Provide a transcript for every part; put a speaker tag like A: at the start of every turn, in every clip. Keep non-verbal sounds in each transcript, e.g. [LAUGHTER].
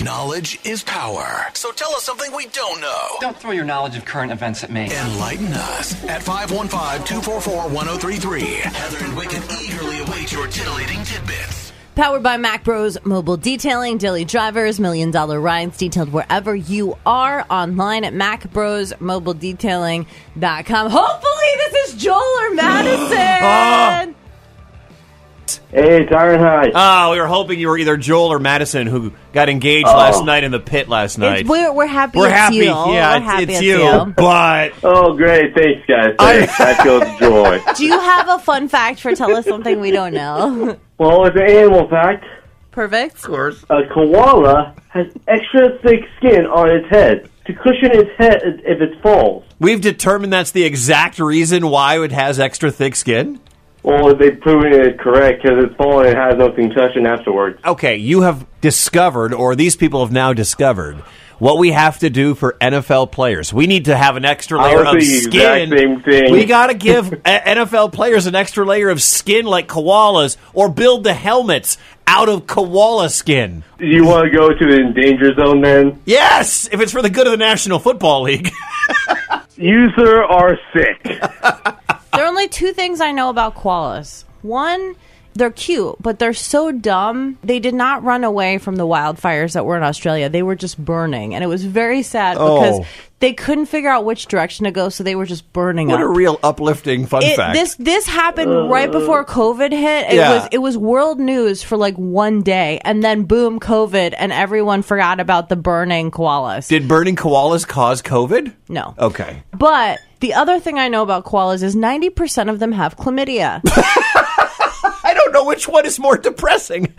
A: Knowledge is power. So tell us something we don't know.
B: Don't throw your knowledge of current events at me.
A: Enlighten us at 515 244 1033. Heather and Wicket eagerly await your titillating tidbits.
C: Powered by Mac Bros Mobile Detailing, Daily Drivers, Million Dollar Rides, detailed wherever you are online at MacBrosMobileDetailing.com. Hopefully, this is Joel
D: [GASPS] Ah.
C: or Madison.
E: Hey, Tyron High.
D: Ah, we were hoping you were either Joel or Madison who got engaged
E: Oh.
D: last night in the pit last night.
C: It's- we're, we're happy
D: We're
C: it's
D: happy.
C: you.
D: Yeah,
C: We're
D: it's,
C: happy
D: it's you. But
E: oh, great. Thanks, guys. Thanks. that feels joy.
C: Do you have a fun fact for tell us something we don't know?
E: Well, it's an animal fact.
C: Perfect.
E: A koala has extra thick skin on its head to cushion its head if it falls.
D: we've determined that's the exact reason why it has extra thick skin.
E: Well, they've proven it correct because it's fallen and has no concussion afterwards.
D: Okay, you have discovered, or these people have now discovered, what we have to do for NFL players. We need to have an extra
E: I
D: layer
E: was
D: of
E: thinking the
D: skin.
E: exact same thing.
D: We got to give [LAUGHS] a- NFL players an extra layer of skin like koalas, or build the helmets out of koala skin.
E: You want to go to the endangered zone then?
D: Yes, if it's for the good of the National Football League.
E: You, sir, are sick.
C: There are only two things I know about koalas. One, they're cute, but they're so dumb. They did not run away from the wildfires that were in Australia. They were just burning, and it was very sad
D: Oh.
C: because they couldn't figure out which direction to go, so they were just burning
D: [LAUGHS] What
C: up.
D: a real uplifting fun
C: It-
D: fact.
C: This this happened right before COVID hit. It
D: Yeah.
C: was it was world news for like one day, and then boom, COVID, and everyone forgot about the burning koalas.
D: Did burning koalas cause COVID?
C: no,
D: Okay.
C: but the other thing I know about koalas is ninety percent of them have chlamydia.
D: I don't know which one is more depressing. [LAUGHS]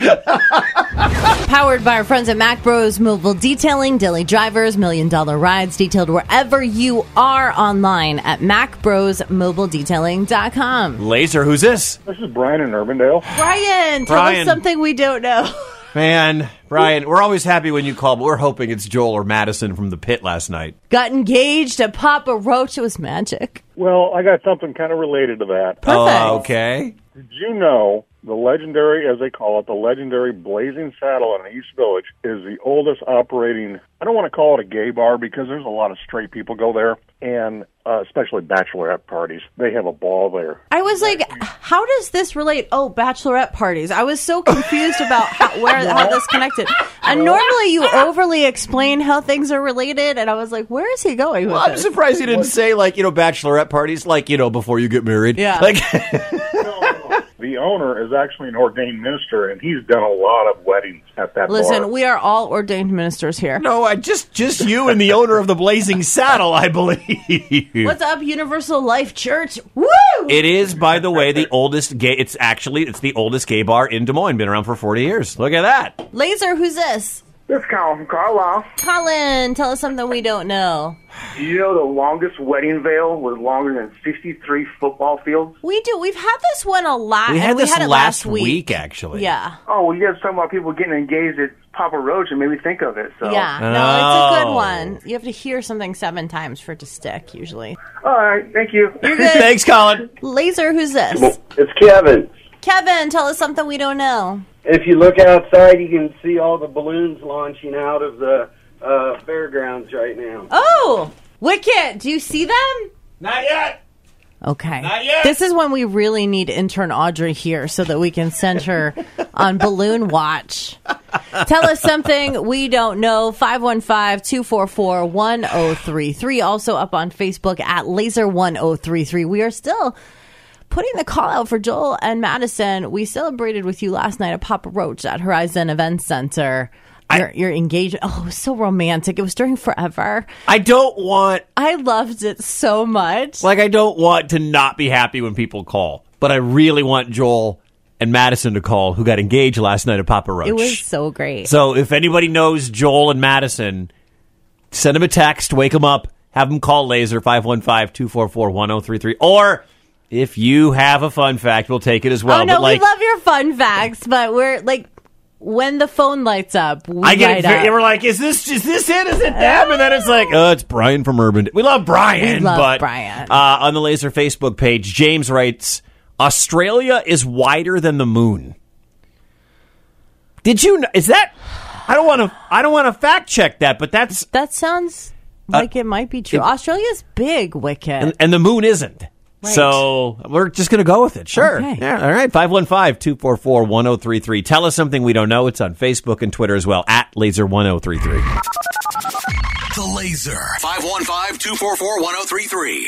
C: Powered by our friends at Mac Bros Mobile Detailing, Daily Drivers, Million Dollar Rides, detailed wherever you are online at macbrosmobiledetailing.com.
D: Laser, who's this?
F: [LAUGHS] This is Brian in Urbandale.
C: Brian, tell
D: Brian.
C: us something we don't know. [LAUGHS]
D: Man, Brian, we're always happy when you call, but we're hoping it's Joel or Madison from the pit last night.
C: Got engaged to Papa Roach. It was magic.
F: Well, I got something kind of related to that.
C: Perfect.
D: Oh, okay.
F: Did you know the legendary, as they call it, the legendary Blazing Saddle in East Village is the oldest operating, I don't want to call it a gay bar because there's a lot of straight people go there, and uh, especially bachelorette parties. They have a ball there.
C: I was like, how does this relate? Oh, bachelorette parties. I was so confused about how, where how this connected. And normally you overly explain how things are related, and I was like, where is he going with
D: Well, I'm
C: this?
D: surprised you didn't say, like, you know, bachelorette parties, like, you know, before you get married.
C: Yeah.
D: Like, [LAUGHS]
F: The owner is actually an ordained minister, and he's done a lot of weddings at that bar.
C: Listen, we are all ordained ministers here.
D: no, I just, just you and the owner of the Blazing Saddle, I believe.
C: What's up, Universal Life Church? Woo!
D: It is, by the
C: [LAUGHS]
D: way, the oldest gay. It's actually it's the oldest gay bar in Des Moines. Been around for forty years. Look at that.
C: Laser, who's this?
G: This is Colin from Carlisle.
C: Colin, tell us something we don't know.
G: Do you know the longest wedding veil was longer than 63 football fields?
C: We do. We've had this one a lot.
D: We
C: and
D: had
C: we
D: this
C: had it
D: last
C: last week.
D: actually.
C: Yeah,
G: Oh, well, you guys talking about people getting engaged at Papa Roach and made me think of it. So,
C: yeah. No, it's a good
D: Oh.
C: one. You have to hear something seven times for it to stick. Usually.
G: all right, thank you.
D: [LAUGHS] Thanks, Colin.
C: Laser, who's this?
E: It's Kevin.
C: Kevin, tell us something we don't know.
E: If you look outside, you can see all the balloons launching out of the uh, fairgrounds right now.
C: Oh, Wicket, do you see them?
D: Not yet.
C: Okay.
D: yet.
C: This is when we really need intern Audrey here so that we can send
D: [LAUGHS]
C: her on balloon watch. Tell us something we don't know. 515-244-1033. Also up on Facebook at laser1033. We are still putting the call out for Joel and Madison. We celebrated with you last night at Papa Roach at Horizon Event Center. Your, your engagement. Oh, it was so romantic. It was during forever.
D: I don't want
C: I loved it so much.
D: like I don't want to not be happy when people call, but I really want Joel and Madison to call, who got engaged last night at Papa Roach.
C: It was so great.
D: so if anybody knows Joel and Madison, send them a text, wake them up, have them call Laser 515-244-1033 or if you have a fun fact, we'll take it as well.
C: oh no,
D: but like
C: we love your fun facts, but we're like when the phone lights up, we
D: I get
C: light
D: it. And
C: up.
D: we're like, is this is this it? Is it them? And then it's like, oh, it's Brian from Urban. We love Brian.
C: We love
D: but,
C: Brian.
D: Uh, on the Laser Facebook page, James writes, Australia is wider than the moon. Did you? kn- Is that I don't want to. I don't want to fact check that, but that's
C: That sounds like it might be true. Australia's big, Wicket.
D: Uh, and, and the moon isn't.
C: Right.
D: So we're just going to go with it. Sure.
C: Okay.
D: Yeah, all right. 515 244 1033. Tell us something we don't know. It's on Facebook and Twitter as well, at laser1033.
A: The Laser.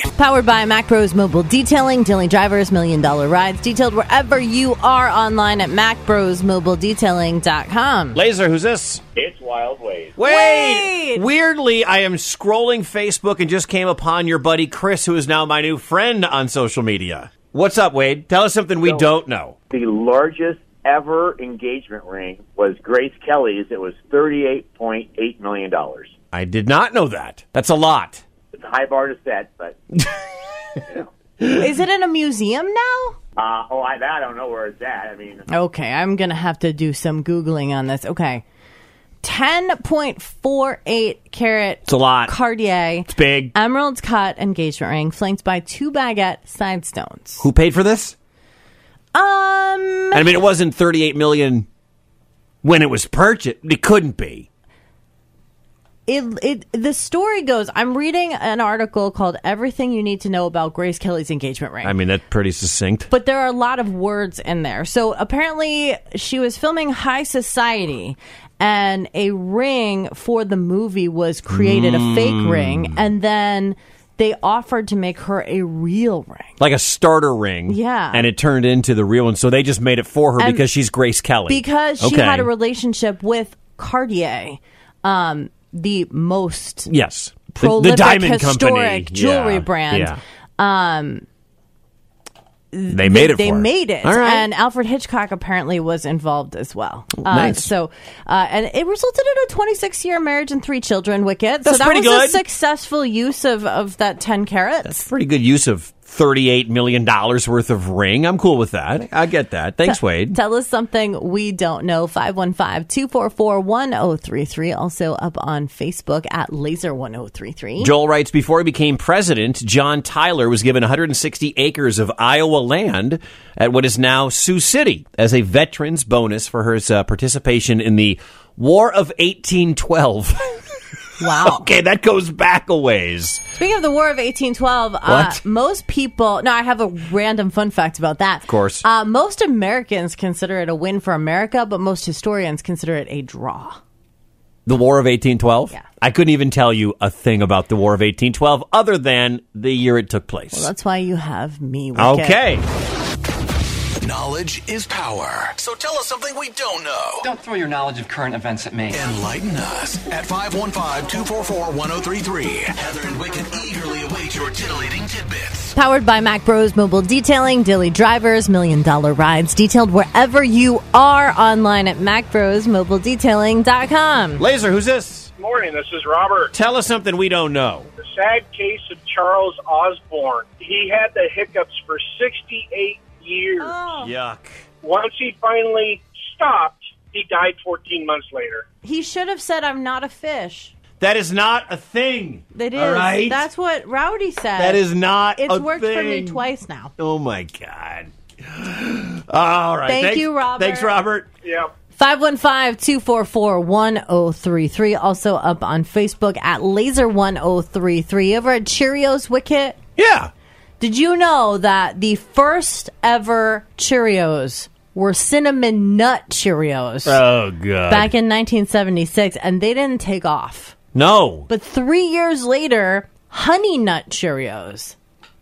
A: 515-244-1033.
C: Powered by MacPros Mobile Detailing, daily drivers, million dollar rides, detailed wherever you are online at macbrosmobiledetailing.com.
D: Laser, who's this?
H: It's Wild Ways.
D: Wade!
C: Wade!
D: Weirdly, I am scrolling Facebook and just came upon your buddy Chris, who is now my new friend on social media. What's up, Wade? Tell us something we don't know.
H: The largest ever engagement ring was Grace Kelly's. It was $38.8 million. It's
D: I did not know that. That's a lot.
H: a high bar to set, but,
C: Is it in a museum now?
H: uh, oh, I, I don't know where it's at. I mean,
C: Okay, I'm going to have to do some Googling on this. Okay. 10.48 carat
D: It's a lot.
C: Cartier
D: it's big.
C: emerald cut engagement ring flanked by two baguette side stones.
D: Who paid for this?
C: Um,
D: I mean, it wasn't 38 million when it was purchased. It couldn't be.
C: it, it the story goes i'm reading an article called everything you need to know about grace kelly's engagement ring
D: I mean, that's pretty succinct.
C: but there are a lot of words in there so apparently she was filming high society and a ring for the movie was created a
D: Mm.
C: fake ring and then they offered to make her a real ring
D: Like a starter ring.
C: Yeah.
D: And it turned into the real one. So they just made it for her
C: And-
D: because she's Grace Kelly.
C: because she
D: Okay.
C: had a relationship with cartier um, the most
D: Yes. The-
C: prolific,
D: the diamond company.
C: historic jewelry
D: Yeah.
C: brand.
D: Yeah. Um, they made it
C: They
D: for her.
C: made it,
D: All right.
C: and Alfred Hitchcock apparently was involved as well. Uh,
D: Nice.
C: So, uh, and it resulted in a 26 year marriage and three children. Wicket.
D: That's
C: so that
D: pretty
C: was a
D: good.
C: successful use of of that 10 carats.
D: Pretty good use of $38 million worth of ring. I'm cool with that. I get that. Thanks, Wade.
C: Tell us something we don't know. 515-244-1033. Also up on Facebook at Laser1033.
D: Joel writes Before he became president, John Tyler was given 160 acres of Iowa land at what is now Sioux City as a veteran's bonus for his uh, participation in the War of 1812.
C: wow.
D: [LAUGHS] okay, that goes back a ways.
C: Speaking of the War of 1812, uh,
D: What?
C: most people. No, I have a random fun fact about that. Of
D: course.
C: Uh, most Americans consider it a win for America, but most historians consider it a draw.
D: The War of 1812?
C: Yeah.
D: I couldn't even tell you a thing about the War of 1812 other than the year it took place.
C: That's why you have me. Wicket.
D: okay.
A: Knowledge is power. So tell us something we don't know.
B: Don't throw your knowledge of current events at me.
A: Enlighten us at 515-244-1033. Heather and Wicket eagerly await your titillating tidbits.
C: Powered by Mac Bros Mobile Detailing, Daily Drivers, Million Dollar Rides, detailed wherever you are online at MacBrosMobileDetailing.com.
D: Laser, who's this?
I: morning. This is Robert.
D: Tell us something we don't know.
I: The sad case of Charles Osborne. He had the hiccups for 68 years.
D: Yuck.
I: Once he finally stopped, he died 14 months later.
C: He should have said, "I'm not a fish."
D: That is not a thing.
C: That is.
D: All right?
C: That's what Rowdy said.
D: that is not
C: It's
D: a
C: worked for me
D: thing.
C: twice now.
D: Oh, my God. All right.
C: Thank
D: thanks-
C: you, Robert.
D: Thanks, Robert.
I: Yeah.
C: 515-244-1033. Also up on Facebook at Laser1033. Over at Cheerios Wicket.
D: Yeah.
C: Did you know that the first ever Cheerios were cinnamon nut Cheerios
D: Oh, God.
C: back in 1976 and they didn't take off.
D: no.
C: But 3 years later, honey nut Cheerios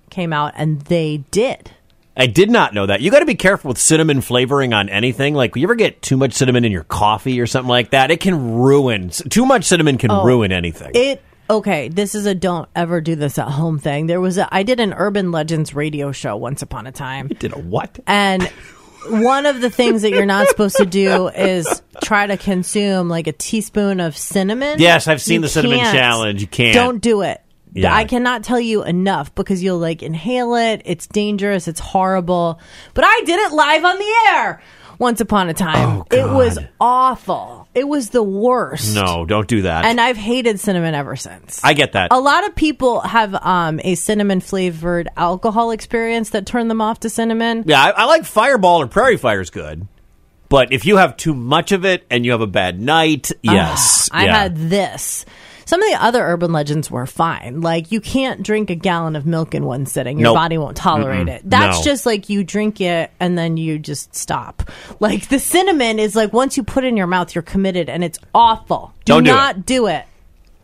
C: came out and they did.
D: I did not know that. You got to be careful with cinnamon flavoring on anything. Like, you ever get too much cinnamon in your coffee or something like that? It can ruin. Too much cinnamon can ruin anything.
C: Oh. It okay. This is a don't ever do this at home thing. There was a I did an Urban Legends radio show once upon a time,
D: did a what?
C: and one of the things that you're not supposed to do is try to consume like a teaspoon of cinnamon.
D: Yes, I've seen
C: You
D: the cinnamon
C: can't.
D: challenge. You can't.
C: Don't do it.
D: Yeah.
C: I cannot tell you enough because you'll like inhale it. It's dangerous. It's horrible. But I did it live on the air once upon a time.
D: Oh,
C: It was
D: God.
C: awful. It was the worst.
D: No, don't do that.
C: And I've hated cinnamon ever since.
D: I get that.
C: A lot of people have um, a cinnamon flavored alcohol experience that turned them off to cinnamon.
D: yeah, I, I like Fireball or Prairie Fire is good. But if you have too much of it and you have a bad night, yes,
C: Ah, I
D: yeah.
C: had this. Some of the other urban legends were fine. Like you can't drink a gallon of milk in one sitting. Your
D: Nope.
C: body won't tolerate it. That's
D: No.
C: just like you drink it and then you just stop. Like the cinnamon is like once you put it in your mouth, you're committed and it's awful. Do
D: Don't do
C: not do it.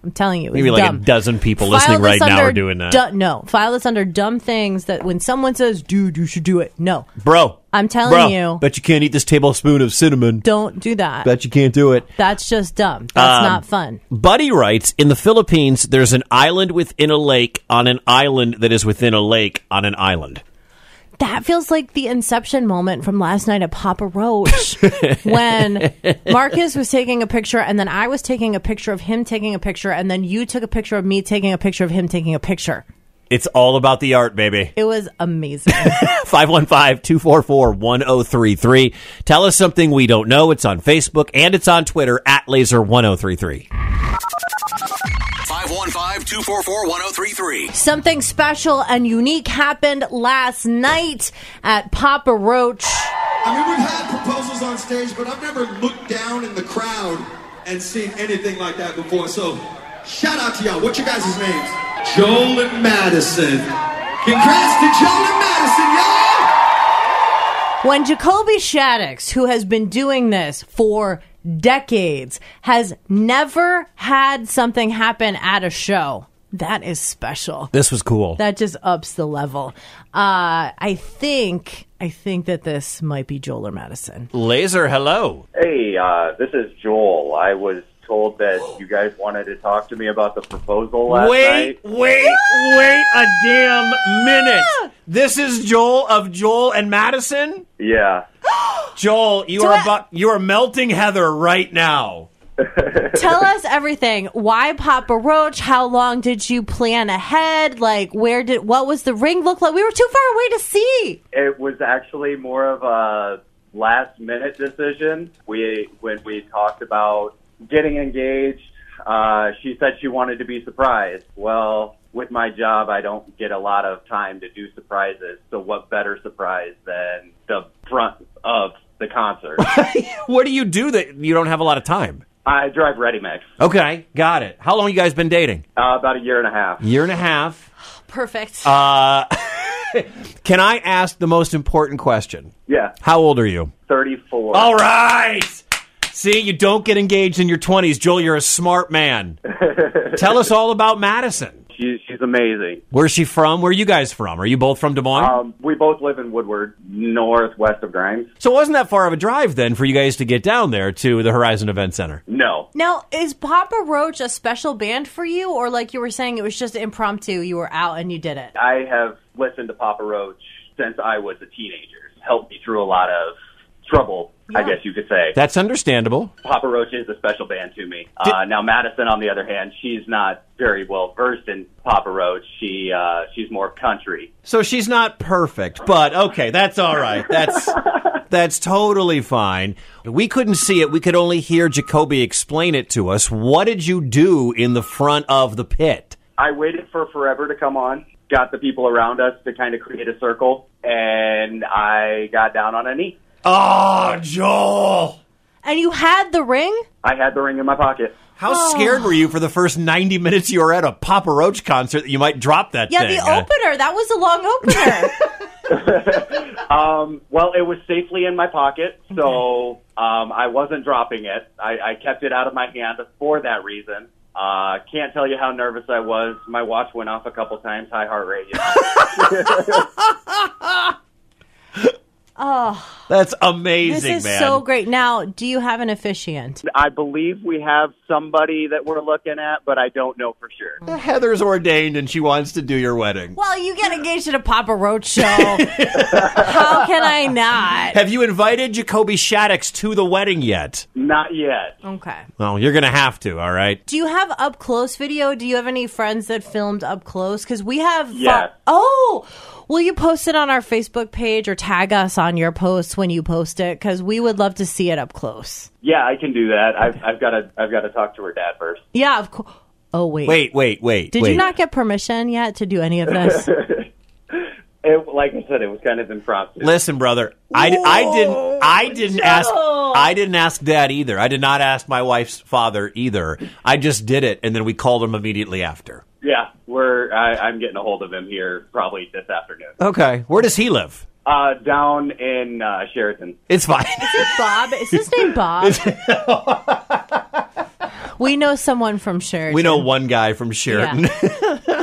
C: I'm telling you, it's
D: Maybe like
C: dumb.
D: a dozen people
C: File
D: listening right
C: this
D: now
C: under
D: are doing that.
C: du- no, file this under dumb things that when someone says, "Dude, you should do it," no,
D: bro,
C: I'm telling
D: bro,
C: you.
D: bet you can't eat this tablespoon of cinnamon.
C: don't do that.
D: Bet you can't do it.
C: That's just dumb.
D: Um,
C: That's not fun.
D: Buddy writes In the Philippines, there's an island within a lake on an island that is within a lake on an island.
C: That feels like the inception moment from last night at Papa Roach when Marcus was taking a picture and then I was taking a picture of him taking a picture and then you took a picture of me taking a picture of him taking a picture.
D: It's all about the art, baby. [LAUGHS]
C: It was amazing.
D: 515 244 1033. Tell us something we don't know. It's on Facebook and it's on Twitter at laser1033.
A: 515 244 1033.
C: Something special and unique happened last night at Papa Roach.
J: I mean, we've had proposals on stage, but I've never looked down in the crowd and seen anything like that before. So, shout out to y'all. What's your guys' names? Joel and Madison. Congrats to Joel and Madison, y'all!
C: When Jacoby Shaddix, who has been doing this for decades, has never had something happen at a show, that is special.
D: This was cool.
C: That just ups the level. Uh, I think I think that this might be Joel or Madison.
D: Laser, hello.
H: Hey, uh, this is Joel. I was told that you guys wanted to talk to me about the proposal last night.
D: wait, wait a damn minute. This is Joel of Joel and Madison.
H: Yeah.
D: Joel, you
C: I-
D: are about, you are melting Heather right now.
C: Tell us everything. Why Papa Roach? How long did you plan ahead? Like where did what was the ring look like? We were too far away to see.
H: It was actually more of a last minute decision. We when we talked about getting engaged, uh, she said she wanted to be surprised. Well, with my job, I don't get a lot of time to do surprises. So what better surprise than the front of the concert?
D: What do you do that you don't have a lot of time?
H: I drive Ready Mix.
D: Okay, got it. How long you guys been dating?
H: Uh, about a year and a half.
D: Year and a half.
C: Perfect.
D: Can I ask the most important question?
H: Yeah,
D: How old are you?
H: 34.
D: All right. See, you don't get engaged in your 20s. Joel, you're a smart
H: [LAUGHS]
D: man. Tell us all about Madison.
H: She, she's amazing.
D: Where's she from? Where are you guys from? Are you both from Des Moines?
H: Um, we both live in Woodward, northwest of Grimes.
D: so it wasn't that far of a drive then for you guys to get down there to the Horizon Event Center.
H: No.
C: now, is Papa Roach a special band for you, or like you were saying, it was just impromptu? You were out and you did it.
H: I have listened to Papa Roach since I was a teenager. Helped me through a lot of trouble, I
C: Yeah.
H: guess you could say.
D: That's understandable.
H: Papa Roach is a special band to me. Uh, now Madison, on the other hand, she's not very well versed in Papa Roach. She uh, she's more country.
D: So she's not perfect, but okay, that's all right. That's that's totally fine. We couldn't see it. We could only hear Jacoby explain it to us. What did you do in the front of the pit?
H: I waited for forever to come on. Got the people around us to kind of create a circle, and I got down on a knee.
D: Oh, Joel.
C: And you had the ring.
H: I had the ring in my pocket.
D: How
C: Ah.
D: scared were you for the first 90 minutes you were at a Papa Roach concert that you might drop that
C: Yeah,
D: thing?
C: the
D: Uh,
C: opener. That was a long opener.
H: Well, it was safely in my pocket, so um, I wasn't dropping it. I, I kept it out of my hand for that reason. Uh, can't tell you how nervous I was. My watch went off a couple times, high heart rate. you know.
D: That's amazing,
C: this is
D: man.
C: so great. Now, do you have an officiant?
H: I believe we have somebody that we're looking at, but I don't know for sure.
D: Heather's ordained and she wants to do your wedding.
C: Well, you get engaged at a Papa Roach show. How can I not?
D: Have you invited Jacoby Shaddix to the wedding yet?
H: Not yet.
C: Okay.
D: Well, you're going to have to, all right?
C: Do you have up close video? Do you have any friends that filmed up close? Because we have.
H: Yeah.
C: oh, will you post it on our Facebook page or tag us on your posts when you post it? Because we would love to see it up close.
H: Yeah, I can do that. I've, I've got to I've got to talk to her dad first.
C: Yeah, of course. Oh wait.
D: Wait, wait, wait.
C: Did
D: wait.
C: you not get permission yet to do any of this?
H: Eh, it, like I said, it was kind of impromptu.
D: Listen, brother, I, I didn't I didn't ask I didn't ask that either. I did not ask my wife's father either. I just did it, and then we called him immediately after.
H: Yeah, we're I, I'm getting a hold of him here probably this afternoon.
D: Okay, where does he live?
H: Uh, down in uh, Sheraton.
D: It's fine. [LAUGHS]
C: Bob, is his name Bob? we know someone from Sheridan.
D: We know one guy from Sheraton. [LAUGHS]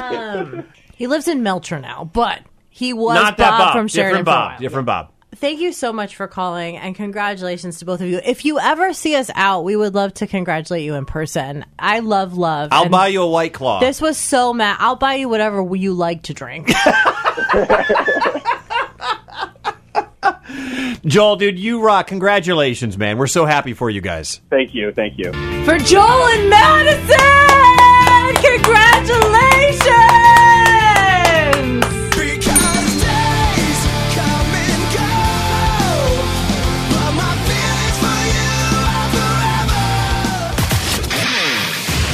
C: Um, he lives in Melcher now, but he was
D: Not
C: Bob,
D: that Bob.
C: from Sheridan.
D: Different
C: for a
D: Bob.
C: while.
D: Different Bob.
C: Thank you so much for calling and congratulations to both of you. If you ever see us out, we would love to congratulate you in person. I love love.
D: I'll
C: and
D: buy you a white claw.
C: This was so mad. I'll buy you whatever you like to drink. [LAUGHS]
D: Joel, dude, you rock. Congratulations, man. We're so happy for you guys.
K: Thank you. Thank you.
C: for Joel and Madison! Congratulations!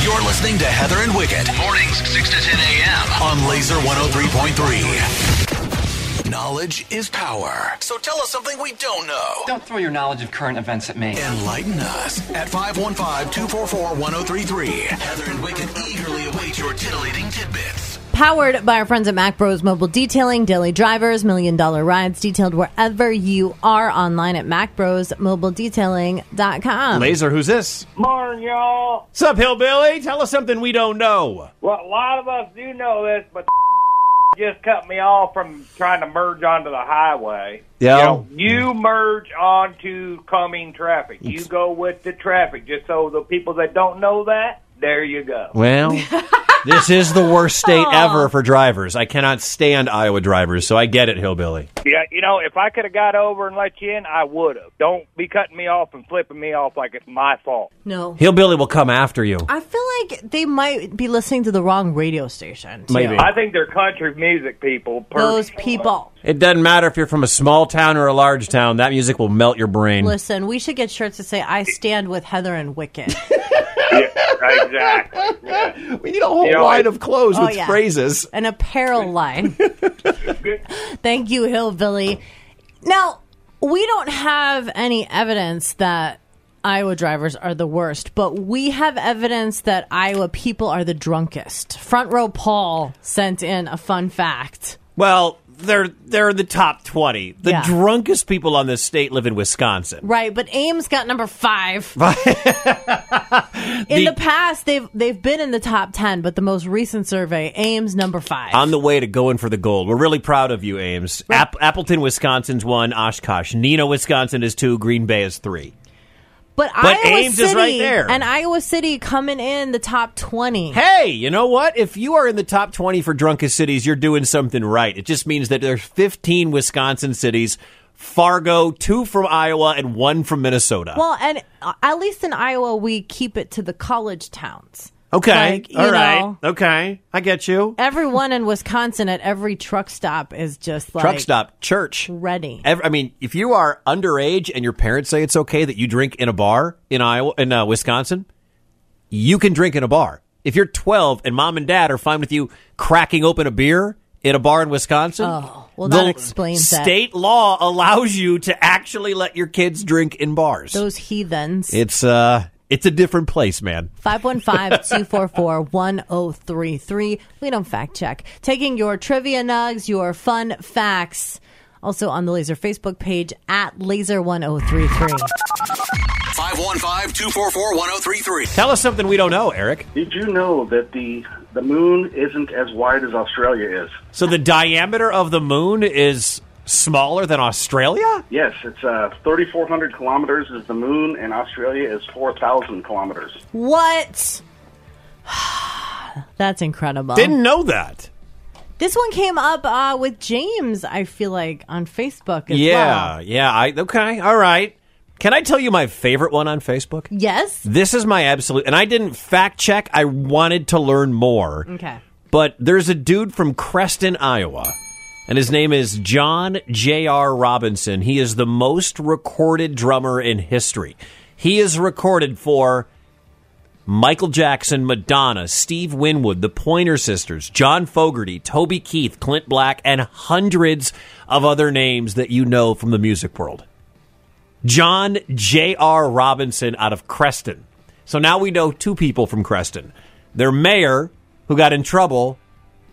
A: You're listening to Heather and Wicket. Mornings 6 to 10 a.m. on Laser 103.3. Knowledge is power. So tell us something we don't know.
B: Don't throw your knowledge of current events at me.
A: Enlighten us at 515-244-1033. Heather and Wicket eagerly await your titillating tidbits.
C: Powered by our friends at Mac Bros Mobile Detailing, Daily Drivers, Million Dollar Rides, detailed wherever you are online at MacBrosMobileDetailing.com.
D: Laser, who's this?
L: Morning, y'all.
D: What's up, Hillbilly? Tell us something we don't know.
L: Well, a lot of us do know this, but [LAUGHS] just cut me off from trying to merge onto the highway.
D: Yeah.
L: You merge onto coming traffic. You go with the traffic. Just so the people that don't know that, there you go.
D: Well, this is the worst
C: [LAUGHS]
D: state
C: Oh.
D: ever for drivers. I cannot stand Iowa drivers, so I get it, Hillbilly.
L: Yeah, you know, if I could have got over and let you in, I would have. Don't be cutting me off and flipping me off like it's my fault.
C: No.
D: Hillbilly will come after you.
C: I feel like they might be listening to the wrong radio station. too.
L: I think they're country music people.
C: Those people.
D: It doesn't matter if you're from a small town or a large town, that music will melt your brain.
C: Listen, we should get shirts that say, I stand with Heather and Wicked.
L: exactly.
D: We need a whole
L: You know,
D: line
L: I-
D: of clothes
C: Oh,
D: with
C: yeah.
D: phrases.
C: An apparel
D: [LAUGHS]
C: line. Thank you, Hillbilly. Now, we don't have any evidence that Iowa drivers are the worst, but we have evidence that Iowa people are the drunkest. Front row Paul sent in a fun fact.
D: Well, they're they're the top 20. The
C: Yeah.
D: drunkest people on this state live in Wisconsin.
C: Right, but Ames got number
D: [LAUGHS]
C: five. in the, past, they've they've been in the top ten, but the most recent survey, Ames number five.
D: On the way to going for the gold. We're really proud of you, Ames. App- Appleton, Wisconsin's one, Oshkosh. Nina, Wisconsin is two, Green Bay is three.
C: But,
D: But
C: Iowa
D: Ames
C: City
D: is right there.
C: and Iowa City coming in the top twenty.
D: Hey, you know what? If you are in the top 20 for drunkest cities, you're doing something right. It just means that there's 15 Wisconsin cities, Fargo, two from Iowa, and one from Minnesota.
C: Well, and uh, at least in Iowa, we keep it to the college towns.
D: okay.
C: like, you
D: all right.
C: know.
D: Okay. I get you.
C: Everyone in Wisconsin at every truck stop is just like
D: Truck stop, church.
C: ready.
D: Ev I mean, if you are underage and your parents say it's okay that you drink in a bar in Iowa in uh, Wisconsin, you can drink in a bar. If you're 12 and mom and dad are fine with you cracking open a beer in a bar in Wisconsin,
C: Oh, well, that
D: the
C: explains that.
D: state law allows you to actually let your kids drink in bars.
C: Those heathens.
D: It's uh, it's a different place, man.
C: 515-244-1033. We don't fact check. Taking your trivia nugs, your fun facts. Also on the Laser Facebook page at Laser1033.
A: 515-244-1033.
D: Tell us something we don't know, Eric.
G: Did you know that the the moon isn't as wide as Australia is?
D: So the diameter of the moon is smaller than Australia?
G: Yes, it's uh, 3,400 kilometers is the moon, and Australia is 4,000 kilometers.
C: What? [SIGHS] That's incredible.
D: Didn't know that.
C: This one came up uh, with James, I feel like, on Facebook as
D: yeah,
C: well.
D: yeah. I okay, all right. Can I tell you my favorite one on Facebook?
C: Mm. Yes?
D: This is my absolute, and I didn't fact check. I wanted to learn more.
C: Okay.
D: But there's a dude from Creston, Iowa, and his name is John J.R. Robinson. He is the most recorded drummer in history. He is recorded for Michael Jackson, Madonna, Steve Winwood, the Pointer Sisters, John Fogerty, Toby Keith, Clint Black, and hundreds of other names that you know from the music world. John J.R. Robinson out of Creston. So now we know two people from Creston. Their mayor, who got in trouble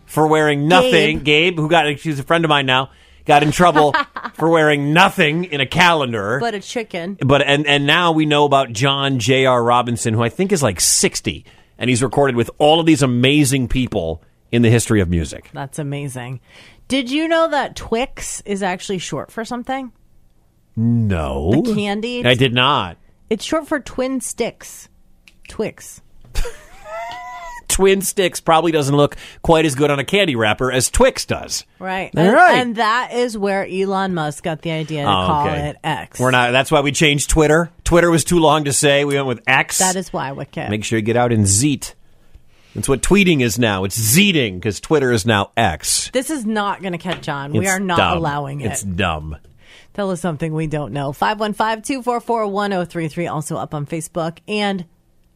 D: for wearing nothing, Gabe, who got, she's a friend of mine now, got in trouble for wearing nothing in a calendar.
C: But a chicken.
D: But and and now we know about John J.R. Robinson, who I think is like sixty, and he's recorded with all of these amazing people in the history of music.
C: That's amazing. Did you know that Twix is actually short for something?
D: No,
C: The candy?
D: I did not.
C: It's short for twin sticks. Twix.
D: Twin Sticks probably doesn't look quite as good on a candy wrapper as Twix does.
C: Right.
D: All
C: and,
D: right.
C: and that is where Elon Musk got the idea to
D: Oh,
C: call
D: okay.
C: it X.
D: We're not. That's why we changed Twitter. Twitter was too long to say. We went with X.
C: That is why Wicked.
D: Make sure you get out and zeet. That's what tweeting is now. It's zeeting because Twitter is now X.
C: this is not going to catch on. we
D: It's
C: are not
D: dumb.
C: allowing it.
D: It's dumb.
C: Tell us something we don't know. 515 244 1033, also up on Facebook and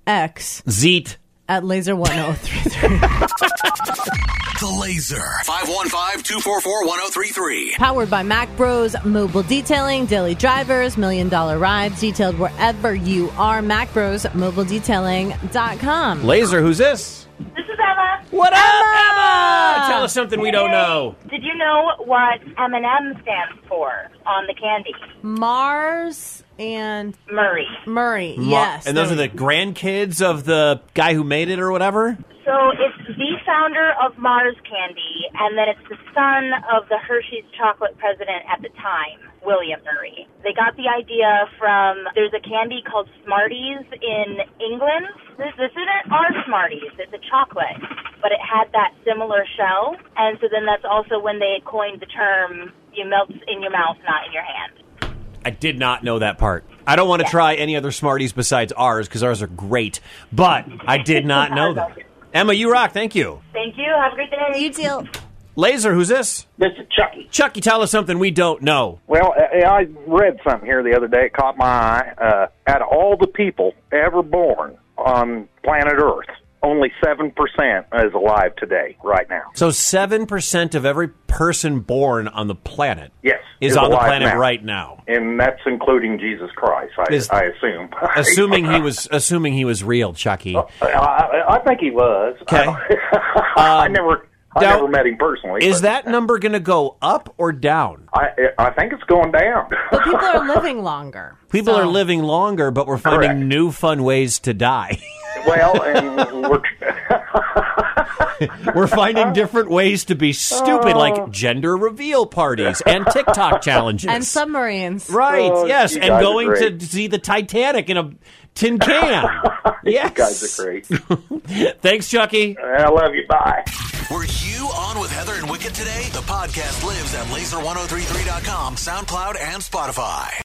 C: X
D: Zeet.
C: at laser 1033.
A: The Laser. 515-244-1033.
C: [LAUGHS] Powered by Mac Bros, mobile detailing, daily drivers, million dollar rides, detailed wherever you are. Mac Bros, mobile detailing.com.
D: Laser, who's this?
K: This is Emma.
D: What up, Emma? Tell us something we don't know.
K: Did you know what M&M stands for on the candy?
C: Mars and
K: Murray.
C: Murray,
D: Ma-
C: yes.
D: And those are the grandkids of the guy who made it or whatever?
K: So it's the founder of Mars Candy, and then it's the son of the Hershey's chocolate president at the time, William Murray. They got the idea from there's a candy called Smarties in England. This, this isn't our Smarties, it's a chocolate, but it had that similar shell. And so then that's also when they coined the term you melt in your mouth, not in your hand.
D: I did not know that part. I don't want to try any other Smarties besides ours because ours are great, but I did not know that. Emma, you rock. Thank you.
K: Thank you. Have a great day.
C: You too.
D: Laser, who's this?
M: Mr. Chucky.
D: Chucky, tell us something we don't know.
M: Well, I I read something here the other day. It caught my eye. Uh, out of all the people ever born on planet Earth, only 7% is alive today, right now.
D: So, 7% of every person born on the planet
M: Yes.
D: is
M: is
D: on the
M: alive
D: planet
M: now.
D: right now.
M: And that's including Jesus Christ, I,
D: Is-
M: I assume. [LAUGHS]
D: Assuming he was assuming he was real, Chucky.
M: I, I, I think he was.
D: Okay.
M: [LAUGHS]
D: Um,
M: I never, I
D: now-
M: never met him personally. but
D: Is that number going to go up or down?
M: I, I think it's going down.
C: But people are living longer.
D: People are living longer, but we're finding new fun ways to die.
M: [LAUGHS]
D: [LAUGHS]
M: well, and we're [LAUGHS]
C: [LAUGHS]
D: we're finding different ways to be stupid,
C: Oh.
D: like gender reveal parties and
C: [LAUGHS]
D: TikTok challenges.
C: And submarines.
D: right?
M: Oh,
D: yes, and going to see the Titanic in a
M: [LAUGHS]
D: tin can. yes,
M: guys are
D: [LAUGHS]
M: great.
D: Thanks, Chucky.
M: I love you. Bye.
A: Were you on with Heather oh and Wicket today? The podcast lives at laser1033.com, SoundCloud, and Spotify.